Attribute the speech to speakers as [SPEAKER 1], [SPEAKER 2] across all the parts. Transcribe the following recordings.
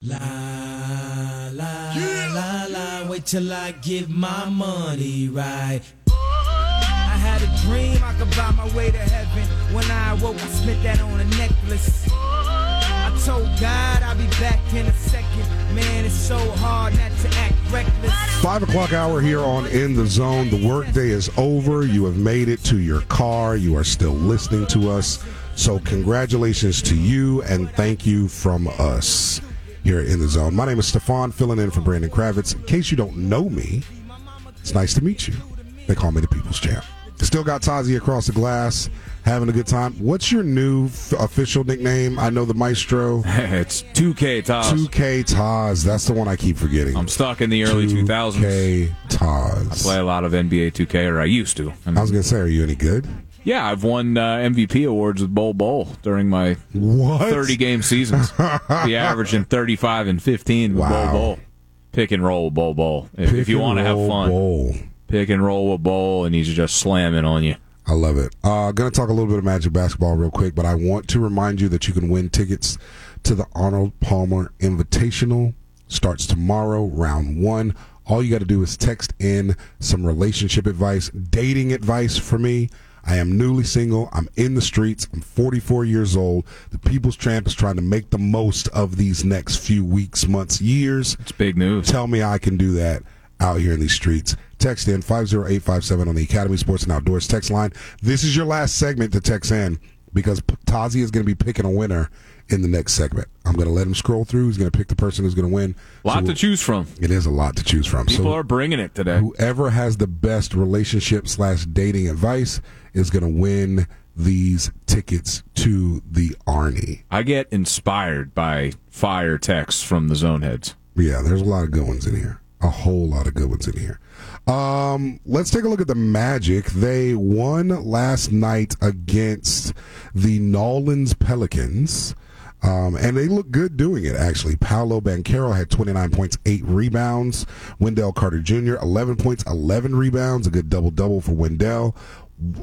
[SPEAKER 1] La la la la, wait till I get my money right. I had a dream I could buy my way to heaven. When I awoke, I spent that on a necklace. I told God I'll be back in a second. Man, it's so hard not to act reckless.
[SPEAKER 2] Five o'clock hour here on In the Zone. The workday is over. You have made it to your car. You are still listening to us. So, congratulations to you and thank you from us here at in the zone. My name is Stefan, filling in for Brandon Kravitz. In case you don't know me, it's nice to meet you. They call me the People's Champ. Still got Tazi across the glass, having a good time. What's your new f- official nickname? I know the Maestro.
[SPEAKER 3] it's 2K Toss.
[SPEAKER 2] 2K Taz. That's the one I keep forgetting.
[SPEAKER 3] I'm stuck in the early 2000s.
[SPEAKER 2] 2K Taz.
[SPEAKER 3] I play a lot of NBA 2K, or I used to. And
[SPEAKER 2] I was going to say, are you any good?
[SPEAKER 3] yeah, I've won uh, MVP awards with Bowl Bowl during my
[SPEAKER 2] What?
[SPEAKER 3] 30 game seasons. the average in 35 and 15 with
[SPEAKER 2] Wow.
[SPEAKER 3] Bowl Bowl. Pick and roll with Bowl Bowl. If, if
[SPEAKER 2] Pick
[SPEAKER 3] you
[SPEAKER 2] and
[SPEAKER 3] want to have
[SPEAKER 2] roll
[SPEAKER 3] fun,
[SPEAKER 2] bowl.
[SPEAKER 3] pick and roll with Bowl, and he's just slamming on you.
[SPEAKER 2] I love it. Uh, gonna talk a little bit of Magic Basketball real quick, but I want to remind you that you can win tickets to the Arnold Palmer Invitational. Starts tomorrow, round one. All you got to do is text in some relationship advice, dating advice for me. I am newly single. I'm in the streets. I'm 44 years old. The People's Champ is trying to make the most of these next few weeks, months, years
[SPEAKER 3] It's big news.
[SPEAKER 2] tell me I can do that out here in these streets. Text in 50857 on the Academy Sports and Outdoors text line. This is your last segment to text in because P- Tazi is going to be picking a winner in the next segment. I'm going to let him scroll through. He's going to pick the person who's going to win.
[SPEAKER 3] A lot to choose from.
[SPEAKER 2] It is a lot to choose from.
[SPEAKER 3] People
[SPEAKER 2] so
[SPEAKER 3] are bringing it today.
[SPEAKER 2] whoever has the best relationship slash dating advice is going to win these tickets to the Arnie.
[SPEAKER 3] I get inspired by fire texts from the zone heads.
[SPEAKER 2] Yeah, there's a lot of good ones in here. A whole lot of good ones in here. Um, let's take a look at the Magic. They won last night against the Nolans Pelicans. Um, and they look good doing it, actually. Paolo Banquero had 29 points, 8 rebounds. Wendell Carter Jr., 11 points, 11 rebounds. A good double double for Wendell.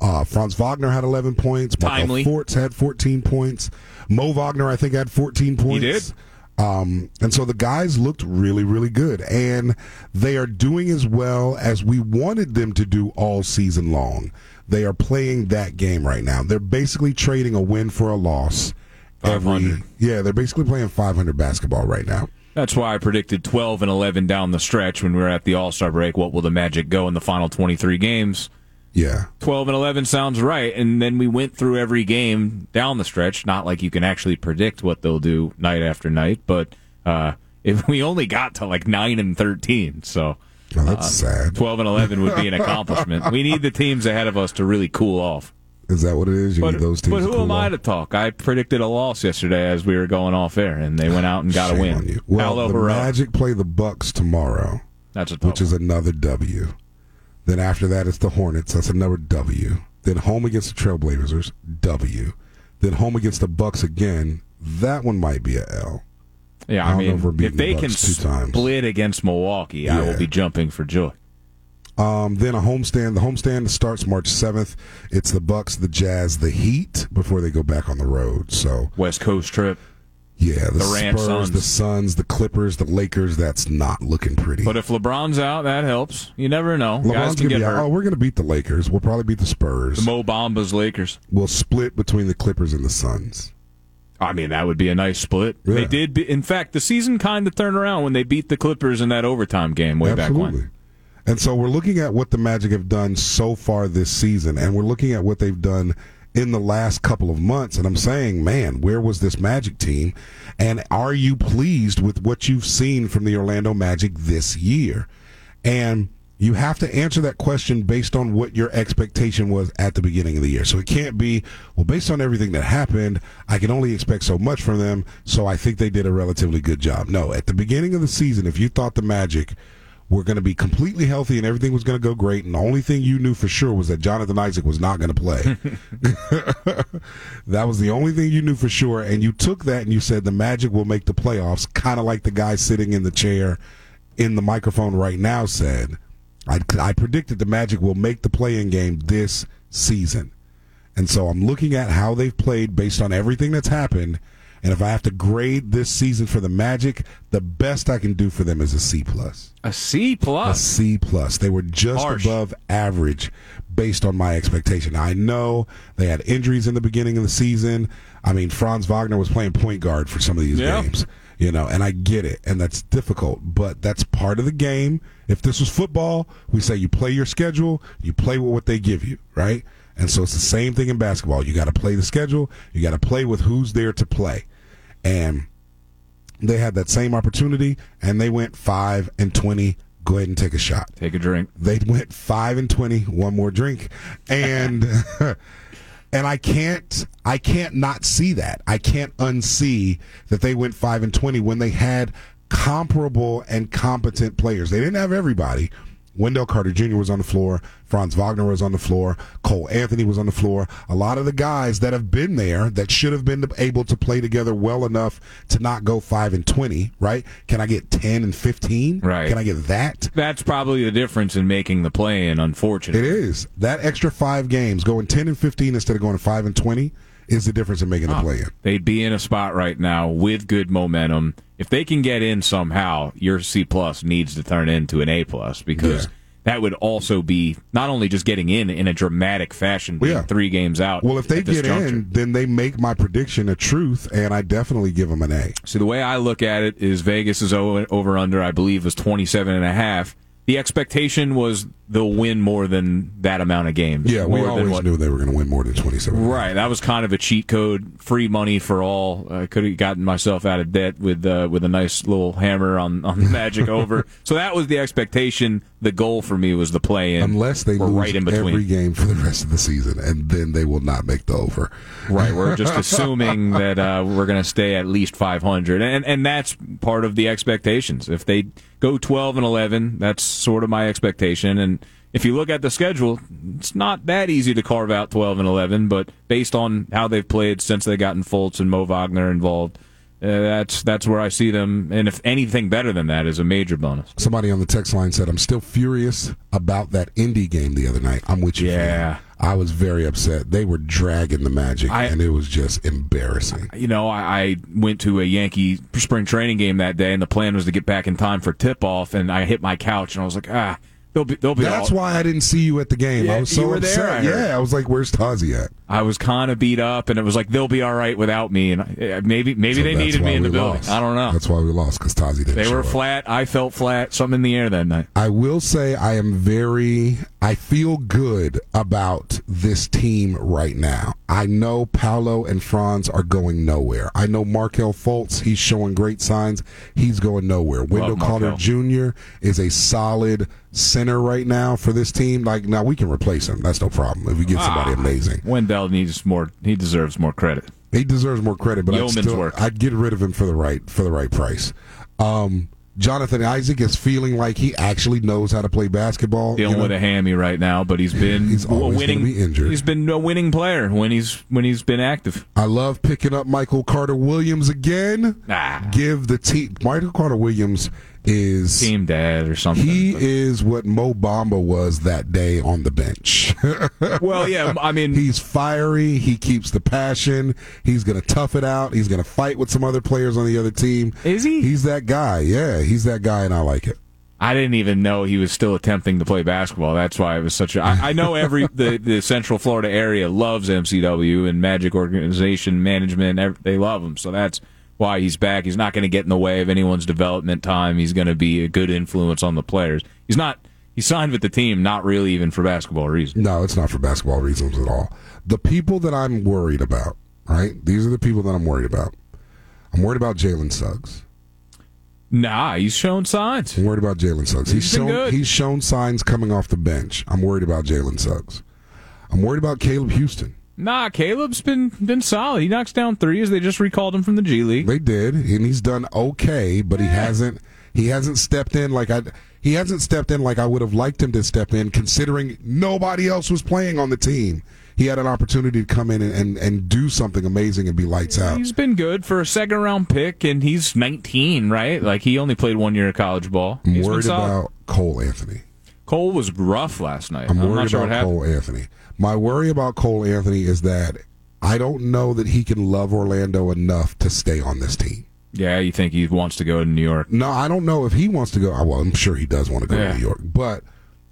[SPEAKER 2] Uh, Franz Wagner had 11 points. Markel
[SPEAKER 3] Timely.
[SPEAKER 2] Forts had 14 points. Mo Wagner, I think, had 14 points.
[SPEAKER 3] did.
[SPEAKER 2] Um, and so the guys looked really, really good, and they are doing as well as we wanted them to do all season long. They are playing that game right now. They're basically trading a win for a loss. every-
[SPEAKER 3] 500.
[SPEAKER 2] yeah, they're basically playing 500 basketball right now.
[SPEAKER 3] That's why I predicted 12 and 11 down the stretch when we were at the All Star break. What will the Magic go in the final 23 games?
[SPEAKER 2] Yeah.
[SPEAKER 3] 12 and 11 sounds right. And then we went through every game down the stretch. Not like you can actually predict what they'll do night after night, but uh, if we only got to like 9 and 13. So
[SPEAKER 2] Well,
[SPEAKER 3] Uh,
[SPEAKER 2] that's sad.
[SPEAKER 3] 12 and 11 would be an accomplishment. We need the teams ahead of us to really cool off.
[SPEAKER 2] Is that what it is? You
[SPEAKER 3] But,
[SPEAKER 2] need those teams.
[SPEAKER 3] but
[SPEAKER 2] to
[SPEAKER 3] who
[SPEAKER 2] cool
[SPEAKER 3] am I
[SPEAKER 2] off?
[SPEAKER 3] to talk? I predicted a loss yesterday as we were going off air, and they went out and got
[SPEAKER 2] Shame
[SPEAKER 3] a win.
[SPEAKER 2] on you. Well,
[SPEAKER 3] Paolo
[SPEAKER 2] the
[SPEAKER 3] Barreto.
[SPEAKER 2] Magic play the Bucks tomorrow.
[SPEAKER 3] That's a tough
[SPEAKER 2] which is another W. Then after that, it's the Hornets. That's another W. Then home against the Trailblazers, W. Then home against the Bucks again. That one might be a L.
[SPEAKER 3] Yeah,
[SPEAKER 2] I
[SPEAKER 3] I,
[SPEAKER 2] don't know
[SPEAKER 3] mean,
[SPEAKER 2] if we're
[SPEAKER 3] if
[SPEAKER 2] beating
[SPEAKER 3] they
[SPEAKER 2] the
[SPEAKER 3] can
[SPEAKER 2] Bucks two times.
[SPEAKER 3] split against Milwaukee, I
[SPEAKER 2] Yeah.
[SPEAKER 3] will be jumping for joy.
[SPEAKER 2] Um, then a homestand. The homestand starts March seventh. It's the Bucks, the Jazz, the Heat before they go back on the road. So
[SPEAKER 3] West Coast trip.
[SPEAKER 2] yeah, the
[SPEAKER 3] Durant,
[SPEAKER 2] Spurs,
[SPEAKER 3] Suns.
[SPEAKER 2] the Suns, the Clippers, the Lakers. That's not looking pretty.
[SPEAKER 3] But if LeBron's out, that helps. You never know. Guys
[SPEAKER 2] LeBron's
[SPEAKER 3] can
[SPEAKER 2] gonna
[SPEAKER 3] get
[SPEAKER 2] be out.
[SPEAKER 3] hurt.
[SPEAKER 2] Oh, we're gonna beat the Lakers. We'll probably beat the Spurs.
[SPEAKER 3] The Mo Bamba's Lakers.
[SPEAKER 2] we'll split between the Clippers and the Suns.
[SPEAKER 3] I mean, that would be a nice split.
[SPEAKER 2] Yeah.
[SPEAKER 3] They did. Be, in fact, the season kind of turned around when they beat the Clippers in that overtime game way back when.
[SPEAKER 2] And so we're looking at what the Magic have done so far this season, and we're looking at what they've done in the last couple of months. And I'm saying, man, where was this Magic team? And are you pleased with what you've seen from the Orlando Magic this year? And you have to answer that question based on what your expectation was at the beginning of the year. So it can't be, well, based on everything that happened, I can only expect so much from them, so I think they did a relatively good job. No, at the beginning of the season, if you thought the Magic were going to be completely healthy and everything was going to go great, and the only thing you knew for sure was that Jonathan Isaac was not going to play. that was the only thing you knew for sure, and you took that and you said the Magic will make the playoffs, kind of like the guy sitting in the chair in the microphone right now said. I, I predicted the Magic will make the play-in game this season, and so I'm looking at how they've played based on everything that's happened. And if I have to grade this season for the Magic, the best I can do for them is a C plus.
[SPEAKER 3] A C
[SPEAKER 2] A
[SPEAKER 3] plus.
[SPEAKER 2] C plus. They were just
[SPEAKER 3] Harsh.
[SPEAKER 2] above average based on my expectation. I know they had injuries in the beginning of the season. I mean, Franz Wagner was playing point guard for some of these
[SPEAKER 3] Yeah.
[SPEAKER 2] games, you know, and I get it, and that's difficult, but that's part of the game. If this was football, we say you play your schedule, you play with what they give you, right? And so it's the same thing in basketball. You got to play the schedule, you got to play with who's there to play. And they had that same opportunity and they went 5 and 20 go ahead and take a shot
[SPEAKER 3] Take a drink.
[SPEAKER 2] they went 5 and 20 one more drink and and I can't I can't not see that I can't unsee that they went 5 and 20 when they had comparable and competent players they didn't have everybody Wendell Carter Jr. was on the floor. Franz Wagner was on the floor. Cole Anthony was on the floor. A lot of the guys that have been there that should have been able to play together well enough to not go five and twenty, right? Can I get ten and fifteen?
[SPEAKER 3] Right.
[SPEAKER 2] Can I get that?
[SPEAKER 3] That's probably the difference in making the play in,
[SPEAKER 2] It
[SPEAKER 3] unfortunately.
[SPEAKER 2] is that extra five games, going ten and fifteen instead of going five and twenty, is the difference in making the play in.
[SPEAKER 3] They'd be in a spot right now with good momentum. If they can get in somehow, your C plus needs to turn into an A plus because
[SPEAKER 2] Yeah.
[SPEAKER 3] that would also be not only just getting in in a dramatic fashion, being
[SPEAKER 2] Yeah.
[SPEAKER 3] three games out.
[SPEAKER 2] Well, if they
[SPEAKER 3] at this
[SPEAKER 2] get
[SPEAKER 3] juncture.
[SPEAKER 2] in, then they make my prediction a truth, and I definitely give them an A.
[SPEAKER 3] So the way I look at it is Vegas is over under, I believe, was 27 and a half. The expectation was they'll win more than that amount of games.
[SPEAKER 2] Yeah, we
[SPEAKER 3] More than
[SPEAKER 2] always
[SPEAKER 3] what-
[SPEAKER 2] knew they were going to win more than twenty-seven.
[SPEAKER 3] Right, that was kind of a cheat code, free money for all. I could have gotten myself out of debt with uh, with a nice little hammer on on the Magic over. So that was the expectation. The goal for me was the play in,
[SPEAKER 2] Unless they
[SPEAKER 3] we're
[SPEAKER 2] lose
[SPEAKER 3] right in between.
[SPEAKER 2] every game for the rest of the season, and then they will not make the over.
[SPEAKER 3] Right, we're just assuming that uh, we're going to stay at least 500, and and that's part of the expectations. If they go 12 and 11, that's sort of my expectation. And if you look at the schedule, it's not that easy to carve out 12 and 11. But based on how they've played since they gotten Fultz and Mo Wagner involved, uh, that's that's where I see them. And if anything better than that is a major bonus.
[SPEAKER 2] Somebody on the text line said, "I'm still furious about that indie game the other night." I'm with you. fam.
[SPEAKER 3] Yeah.
[SPEAKER 2] I was very upset. They were dragging the Magic,
[SPEAKER 3] I-
[SPEAKER 2] and it was just embarrassing.
[SPEAKER 3] you know, I, I went to a Yankee spring training game that day, and the plan was to get back in time for tip off. And I hit my couch, and I was like, ah, they'll be, they'll be.
[SPEAKER 2] That's
[SPEAKER 3] all-
[SPEAKER 2] why I didn't see you at the game.
[SPEAKER 3] Yeah,
[SPEAKER 2] I was so
[SPEAKER 3] you were there,
[SPEAKER 2] upset.
[SPEAKER 3] I heard.
[SPEAKER 2] yeah, I was like, "Where's Tazi at?"
[SPEAKER 3] I was kind of beat up, and it was like they'll be all right without me. And I, eh, maybe, maybe
[SPEAKER 2] So
[SPEAKER 3] they
[SPEAKER 2] that's
[SPEAKER 3] needed
[SPEAKER 2] why
[SPEAKER 3] me in the
[SPEAKER 2] we
[SPEAKER 3] building.
[SPEAKER 2] lost.
[SPEAKER 3] I don't know.
[SPEAKER 2] That's why we lost because Tazi didn't.
[SPEAKER 3] They
[SPEAKER 2] show
[SPEAKER 3] were
[SPEAKER 2] up.
[SPEAKER 3] flat. I felt flat. Something in the air that night.
[SPEAKER 2] I will say I am very I feel good about this team right now. I know Paolo and Franz are going nowhere. I know Markel Fultz, he's showing great signs. He's going nowhere. Wendell Carter
[SPEAKER 3] Markel.
[SPEAKER 2] Jr. is a solid center right now for this team. Like now we can replace him. That's no problem. If we
[SPEAKER 3] Ah,
[SPEAKER 2] get somebody amazing.
[SPEAKER 3] Wendell needs more. He deserves more credit.
[SPEAKER 2] He deserves more credit, but I'd,
[SPEAKER 3] Yeoman's
[SPEAKER 2] still,
[SPEAKER 3] work.
[SPEAKER 2] I'd get rid of him for the right for the right price. Um, Jonathan Isaac is feeling like he actually knows how to play basketball.
[SPEAKER 3] Dealing
[SPEAKER 2] you know?
[SPEAKER 3] with a hammy right now, but he's been
[SPEAKER 2] He's
[SPEAKER 3] a
[SPEAKER 2] always
[SPEAKER 3] winning.
[SPEAKER 2] gonna be injured.
[SPEAKER 3] He's been a winning player when he's when he's been active.
[SPEAKER 2] I love picking up Michael Carter Williams again.
[SPEAKER 3] Ah.
[SPEAKER 2] Give the team Michael Carter Williams is
[SPEAKER 3] Team dad or something.
[SPEAKER 2] he
[SPEAKER 3] But-
[SPEAKER 2] is what Mo Bamba was that day on the bench.
[SPEAKER 3] well, yeah. I mean,
[SPEAKER 2] He's fiery. He keeps the passion. He's going to tough it out. He's going to fight with some other players on the other team.
[SPEAKER 3] Is he?
[SPEAKER 2] He's that guy. Yeah, he's that guy, and I like it.
[SPEAKER 3] I didn't even know he was still attempting to play basketball. That's why it was such a. I, I know every the, the Central Florida area loves MCW and Magic organization management. ev- They love him, so that's why he's back. He's not going to get in the way of anyone's development time. He's going to be a good influence on the players. He's not. He signed with the team, not really even for basketball reasons.
[SPEAKER 2] No, it's not for basketball reasons at all. The people that I'm worried about, right? These are the people that I'm worried about. I'm worried about Jalen Suggs.
[SPEAKER 3] Nah, he's shown signs.
[SPEAKER 2] I'm worried about Jalen Suggs. He's,
[SPEAKER 3] He's been
[SPEAKER 2] shown
[SPEAKER 3] good.
[SPEAKER 2] he's shown signs coming off the bench. I'm worried about Jalen Suggs. I'm worried about Caleb Houston.
[SPEAKER 3] Nah, Caleb's been been solid. He knocks down threes. They just recalled him from the G League.
[SPEAKER 2] They did, and he's done okay, but he hasn't he hasn't stepped in like I he hasn't stepped in like I would have liked him to step in, considering nobody else was playing on the team. He had an opportunity to come in and, and, and do something amazing and be lights out.
[SPEAKER 3] He's been good for a second round pick, and he's 19, right? Like he only played one year of college ball.
[SPEAKER 2] I'm
[SPEAKER 3] He's been
[SPEAKER 2] worried
[SPEAKER 3] solid.
[SPEAKER 2] about Cole Anthony.
[SPEAKER 3] Cole was rough last night.
[SPEAKER 2] I'm worried
[SPEAKER 3] not sure what
[SPEAKER 2] about
[SPEAKER 3] happened.
[SPEAKER 2] Cole Anthony. My worry about Cole Anthony is that I don't know that he can love Orlando enough to stay on this team.
[SPEAKER 3] Yeah, you think he wants to go to New York?
[SPEAKER 2] No, I don't know if he wants to go. oh, Well, I'm sure he does want to go
[SPEAKER 3] Yeah.
[SPEAKER 2] to New York, but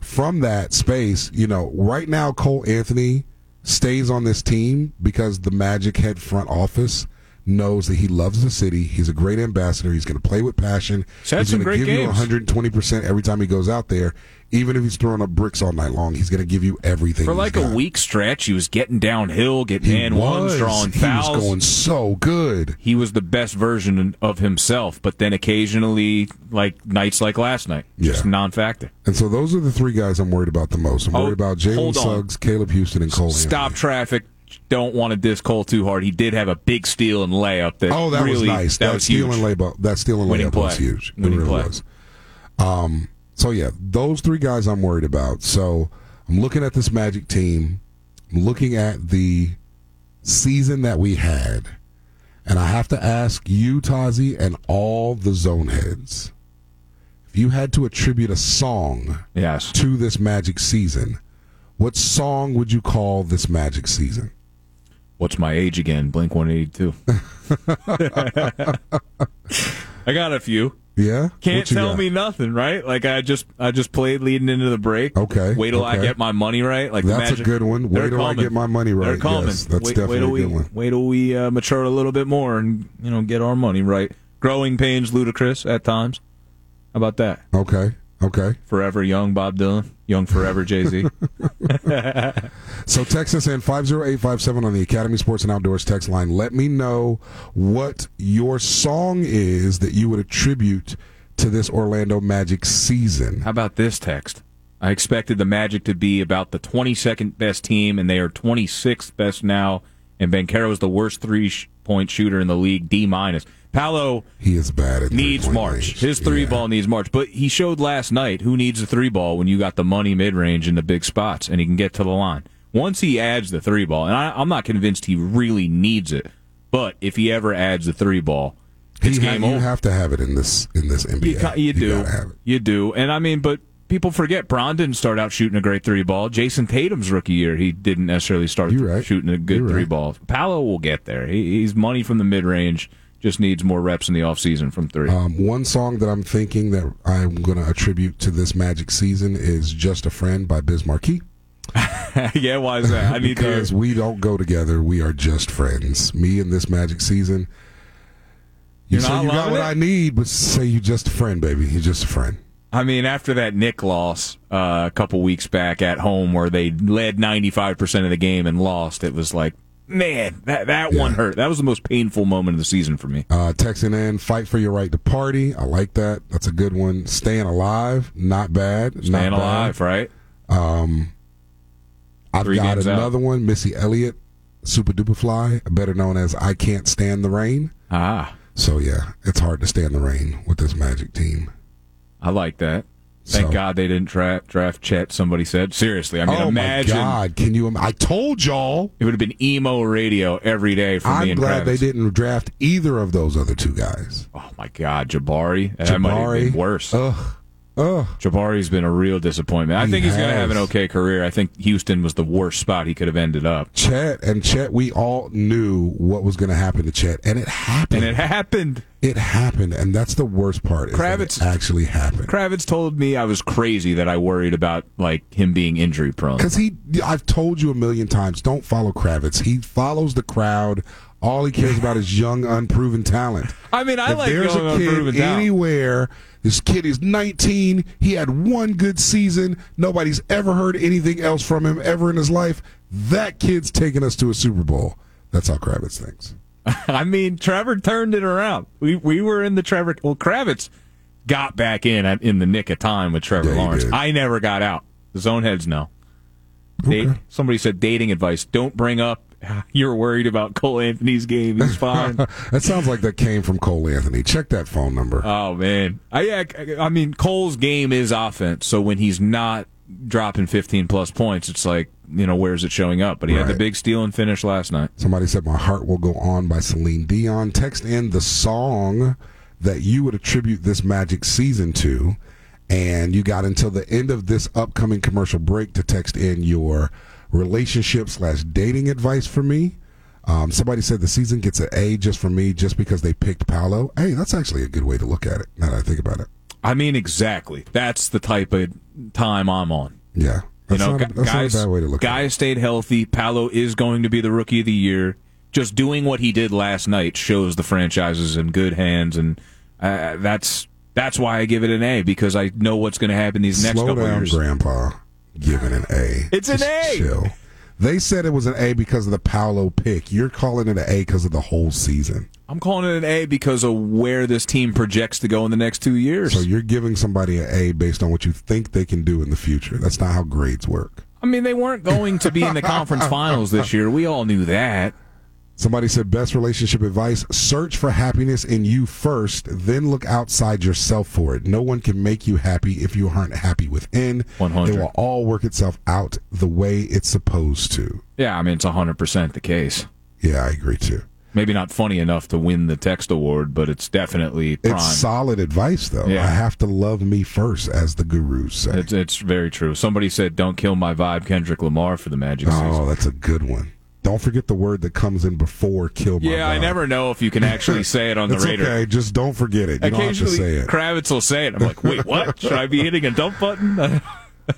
[SPEAKER 2] from that space, you know, right now Cole Anthony stays on this team because the Magic head front office knows that he loves the city. He's a great ambassador. He's going to play with passion.
[SPEAKER 3] He's had
[SPEAKER 2] he's
[SPEAKER 3] some
[SPEAKER 2] gonna
[SPEAKER 3] great
[SPEAKER 2] give you
[SPEAKER 3] games.
[SPEAKER 2] 120 percent every time he goes out there, even if he's throwing up bricks all night long. He's going to give you everything
[SPEAKER 3] For
[SPEAKER 2] he's
[SPEAKER 3] like a
[SPEAKER 2] got.
[SPEAKER 3] week stretch, he was getting downhill, getting
[SPEAKER 2] He
[SPEAKER 3] and ones,
[SPEAKER 2] was.
[SPEAKER 3] drawing
[SPEAKER 2] he
[SPEAKER 3] fouls.
[SPEAKER 2] was going so good.
[SPEAKER 3] he was the best version of himself, but then occasionally, like nights like last night, just
[SPEAKER 2] Yeah.
[SPEAKER 3] non-factor.
[SPEAKER 2] And so those are the three guys I'm worried about the most. I'm
[SPEAKER 3] Oh,
[SPEAKER 2] worried about Jalen
[SPEAKER 3] hold on.
[SPEAKER 2] Suggs, Caleb Houston, and Cole.
[SPEAKER 3] Stop
[SPEAKER 2] Anthony.
[SPEAKER 3] traffic. Don't want to diss Cole too hard. He did have a big steal and layup that.
[SPEAKER 2] Oh, that
[SPEAKER 3] really,
[SPEAKER 2] was nice.
[SPEAKER 3] That,
[SPEAKER 2] That,
[SPEAKER 3] was
[SPEAKER 2] steal
[SPEAKER 3] huge.
[SPEAKER 2] and layup. That steal and
[SPEAKER 3] Winning
[SPEAKER 2] layup
[SPEAKER 3] play.
[SPEAKER 2] was huge. It
[SPEAKER 3] Winning
[SPEAKER 2] really
[SPEAKER 3] play.
[SPEAKER 2] was. Um, so yeah, those three guys I'm worried about. So I'm looking at this Magic team. I'm looking at the season that we had, and I have to ask you, Tazi, and all the zone heads, if you had to attribute a song
[SPEAKER 3] Yes.
[SPEAKER 2] to this Magic season, what song would you call this Magic season?
[SPEAKER 3] What's my age again? Blink one eighty two. I got a few.
[SPEAKER 2] Yeah,
[SPEAKER 3] Can't
[SPEAKER 2] What you
[SPEAKER 3] tell
[SPEAKER 2] got?
[SPEAKER 3] me nothing, right? Like I just I just played leading into the break.
[SPEAKER 2] Okay,
[SPEAKER 3] Wait till I
[SPEAKER 2] okay.
[SPEAKER 3] get my money right. Like
[SPEAKER 2] That's a
[SPEAKER 3] magic,
[SPEAKER 2] good one. Wait
[SPEAKER 3] They're
[SPEAKER 2] till I
[SPEAKER 3] coming.
[SPEAKER 2] get my money
[SPEAKER 3] They're
[SPEAKER 2] right.
[SPEAKER 3] coming.
[SPEAKER 2] Yes, that's
[SPEAKER 3] wait,
[SPEAKER 2] definitely
[SPEAKER 3] wait till
[SPEAKER 2] a
[SPEAKER 3] we,
[SPEAKER 2] good one.
[SPEAKER 3] Wait till we uh, mature a little bit more and you know get our money right. Growing pains, ludicrous at times. How about that?
[SPEAKER 2] Okay, okay.
[SPEAKER 3] Forever young, Bob Dylan. Young forever, Jay Z.
[SPEAKER 2] So text us in 50857 on the Academy Sports and Outdoors text line. Let me know what your song is that you would attribute to this Orlando Magic season.
[SPEAKER 3] How about this text? I expected the Magic to be about the 22nd best team, and they are 26th best now. And Bankero is the worst three sh- point shooter in the league, D minus. Paolo
[SPEAKER 2] He is bad at
[SPEAKER 3] needs
[SPEAKER 2] three-point
[SPEAKER 3] March.
[SPEAKER 2] range.
[SPEAKER 3] His three
[SPEAKER 2] Yeah.
[SPEAKER 3] ball needs March. But he showed last night who needs a three ball when you got the money mid range in the big spots and he can get to the line. Once he adds the three ball, and I, I'm not convinced he really needs it, but if he ever adds the three ball,
[SPEAKER 2] He
[SPEAKER 3] it's
[SPEAKER 2] ha-
[SPEAKER 3] game
[SPEAKER 2] You
[SPEAKER 3] over.
[SPEAKER 2] have to have it in this in this NBA.
[SPEAKER 3] You, ca- you do.
[SPEAKER 2] gotta have it.
[SPEAKER 3] You do. And I mean, but people forget Braun didn't start out shooting a great three ball. Jason Tatum's rookie year, he didn't necessarily start
[SPEAKER 2] You're right.
[SPEAKER 3] shooting a good
[SPEAKER 2] You're
[SPEAKER 3] three
[SPEAKER 2] right.
[SPEAKER 3] ball. Paolo will get there. He, he's money from the mid range, just needs more reps in the offseason from three.
[SPEAKER 2] Um, one song that I'm thinking that I'm going to attribute to this Magic season is "Just a Friend" by Biz Markie.
[SPEAKER 3] yeah, why is that? I need
[SPEAKER 2] because
[SPEAKER 3] to.
[SPEAKER 2] we don't go together. We are just friends. Me and this magic season. You
[SPEAKER 3] You're
[SPEAKER 2] say
[SPEAKER 3] not
[SPEAKER 2] you got
[SPEAKER 3] loving
[SPEAKER 2] what
[SPEAKER 3] it?
[SPEAKER 2] I need, but say you just a friend, baby. You're just a friend.
[SPEAKER 3] I mean, after that Nick loss uh, a couple weeks back at home, where they led ninety five percent of the game and lost, it was like, man, that that one hurt. That was the most painful moment of the season for me.
[SPEAKER 2] Uh, texting in, fight for your right to party. I like that. That's a good one. Staying alive, not bad. not
[SPEAKER 3] Staying
[SPEAKER 2] bad.
[SPEAKER 3] alive, right?
[SPEAKER 2] I've
[SPEAKER 3] Three
[SPEAKER 2] got
[SPEAKER 3] games out.
[SPEAKER 2] another one. Missy Elliott, Super Duper Fly, better known as I Can't Stand the Rain.
[SPEAKER 3] Ah,
[SPEAKER 2] So yeah, it's hard to stand the rain with this magic team.
[SPEAKER 3] I like that. Thank
[SPEAKER 2] So-
[SPEAKER 3] God they didn't draft draft Chet. Somebody said seriously. I mean,
[SPEAKER 2] oh
[SPEAKER 3] imagine
[SPEAKER 2] my God! Can you? Im- I told y'all.
[SPEAKER 3] it would have been emo radio every day from the
[SPEAKER 2] I'm glad
[SPEAKER 3] Incredibles.
[SPEAKER 2] they didn't draft either of those other two guys.
[SPEAKER 3] Oh my God, Jabari. That might have
[SPEAKER 2] Jabari.
[SPEAKER 3] been worse.
[SPEAKER 2] Ugh. Ugh.
[SPEAKER 3] Jabari's been a real disappointment. I
[SPEAKER 2] He
[SPEAKER 3] think he's going to
[SPEAKER 2] has.
[SPEAKER 3] have an okay career. I think Houston was the worst spot he could have ended up.
[SPEAKER 2] Chet and Chet, we all knew what was going to happen to Chet, and it happened.
[SPEAKER 3] And it happened.
[SPEAKER 2] It happened, and that's the worst part. Is that
[SPEAKER 3] Kravitz-
[SPEAKER 2] it actually happened
[SPEAKER 3] Kravitz told me I was crazy that I worried about like him being injury prone.
[SPEAKER 2] because he. I've told you a million times. Don't follow Kravitz. He follows the crowd. All he cares about is young, unproven talent.
[SPEAKER 3] I mean, I
[SPEAKER 2] if
[SPEAKER 3] like
[SPEAKER 2] there's
[SPEAKER 3] young,
[SPEAKER 2] a kid
[SPEAKER 3] unproven talent.
[SPEAKER 2] anywhere. This kid is 19. He had one good season. Nobody's ever heard anything else from him ever in his life. That kid's taking us to a Super Bowl. That's how Kravitz thinks.
[SPEAKER 3] I mean, Trevor turned it around. We we were in the Trevor. Well, Kravitz got back in at, in the nick of time with Trevor
[SPEAKER 2] Yeah, he
[SPEAKER 3] Lawrence.
[SPEAKER 2] did.
[SPEAKER 3] I never got out. The zone heads know. Date, Somebody said dating advice. Don't bring up you're worried about Cole Anthony's game. He's fine.
[SPEAKER 2] That sounds like that came from Cole Anthony. Check that phone number.
[SPEAKER 3] oh man, I yeah, I mean Cole's game is offense. So when he's not dropping 15 plus points, it's like you know where's it showing up? But he had the
[SPEAKER 2] Right.
[SPEAKER 3] big steal and finish last night.
[SPEAKER 2] Somebody said My Heart Will Go On by Celine Dion. Text in the song that you would attribute this magic season to. And you got until the end of this upcoming commercial break to text in your relationship slash dating advice for me. Um, somebody said the season gets an A just for me just because they picked Paolo. Hey, that's actually a good way to look at it now that I think about it.
[SPEAKER 3] I mean, exactly. That's the type of time I'm on.
[SPEAKER 2] Yeah.
[SPEAKER 3] You
[SPEAKER 2] That's,
[SPEAKER 3] know,
[SPEAKER 2] not, a,
[SPEAKER 3] gu-
[SPEAKER 2] that's
[SPEAKER 3] guys,
[SPEAKER 2] not a bad way to look at it.
[SPEAKER 3] guys stayed healthy. Paolo is going to be the rookie of the year. Just doing what he did last night shows the franchise is in good hands, and uh, that's that's why I give it an A because I know what's going to happen these next
[SPEAKER 2] Slow
[SPEAKER 3] couple
[SPEAKER 2] down,
[SPEAKER 3] years.
[SPEAKER 2] Grandpa. Giving an A.
[SPEAKER 3] It's an A.
[SPEAKER 2] Chill. They said it was an A because of the Paolo pick. You're calling it an A because of the whole season.
[SPEAKER 3] I'm calling it an A because of where this team projects to go in the next two years.
[SPEAKER 2] So you're giving somebody an A based on what you think they can do in the future. That's not how grades work.
[SPEAKER 3] I mean, they weren't going to be in the conference finals this year. We all knew that.
[SPEAKER 2] Somebody said best relationship advice search for happiness in you first, then look outside yourself for it. No one can make you happy if you aren't happy within.
[SPEAKER 3] 100.
[SPEAKER 2] It will all work itself out the way it's supposed to.
[SPEAKER 3] Yeah, I mean, it's 100% the case.
[SPEAKER 2] Yeah, I agree too.
[SPEAKER 3] maybe not funny enough to win the text award, but it's definitely prime.
[SPEAKER 2] It's solid advice, though.
[SPEAKER 3] Yeah.
[SPEAKER 2] I have to love me first, as the gurus say.
[SPEAKER 3] It's, it's very true. Somebody said, "Don't kill my vibe, Kendrick Lamar for the Magic season."
[SPEAKER 2] oh, that's a good one. Don't forget the word that comes in before kill my
[SPEAKER 3] Yeah, I
[SPEAKER 2] vibe.
[SPEAKER 3] never know if you can actually say it on the
[SPEAKER 2] It's
[SPEAKER 3] radar.
[SPEAKER 2] okay. Just don't forget it. You don't have to
[SPEAKER 3] Occasionally,
[SPEAKER 2] say it.
[SPEAKER 3] Kravitz will say it. I'm like, "Wait, what? Should I be hitting a dump button?"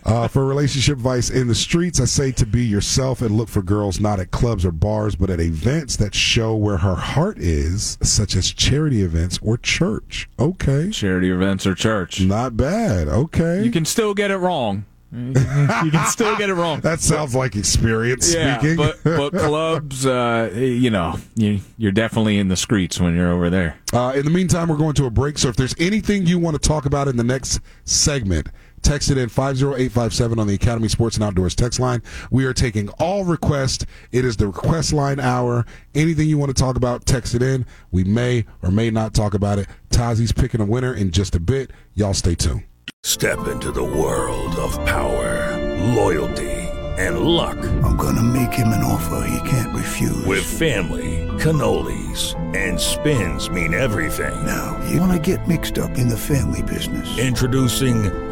[SPEAKER 2] Uh, for relationship advice in the streets, I say to be yourself and look for girls not at clubs or bars, but at events that show where her heart is, such as charity events or church. Okay.
[SPEAKER 3] Charity events or church,
[SPEAKER 2] Not bad. Okay.
[SPEAKER 3] you can still get it wrong. you can still get it wrong.
[SPEAKER 2] that sounds like experience
[SPEAKER 3] yeah,
[SPEAKER 2] speaking.
[SPEAKER 3] but but clubs, uh, you know, you, you're definitely in the streets when you're over there.
[SPEAKER 2] Uh, in the meantime, we're going to a break. So if there's anything you want to talk about in the next segment, text it in 50857 on the Academy Sports and Outdoors text line. We are taking all requests. It is the request line hour. Anything you want to talk about, text it in. We may or may not talk about it. Tazi's picking a winner in just a bit. Y'all stay tuned.
[SPEAKER 4] Step into the world of power, loyalty, and luck
[SPEAKER 5] I'm gonna make him an offer he can't refuse.
[SPEAKER 4] with family, cannolis, and spins mean everything.
[SPEAKER 5] now, you wanna get mixed up in the family business.
[SPEAKER 4] Introducing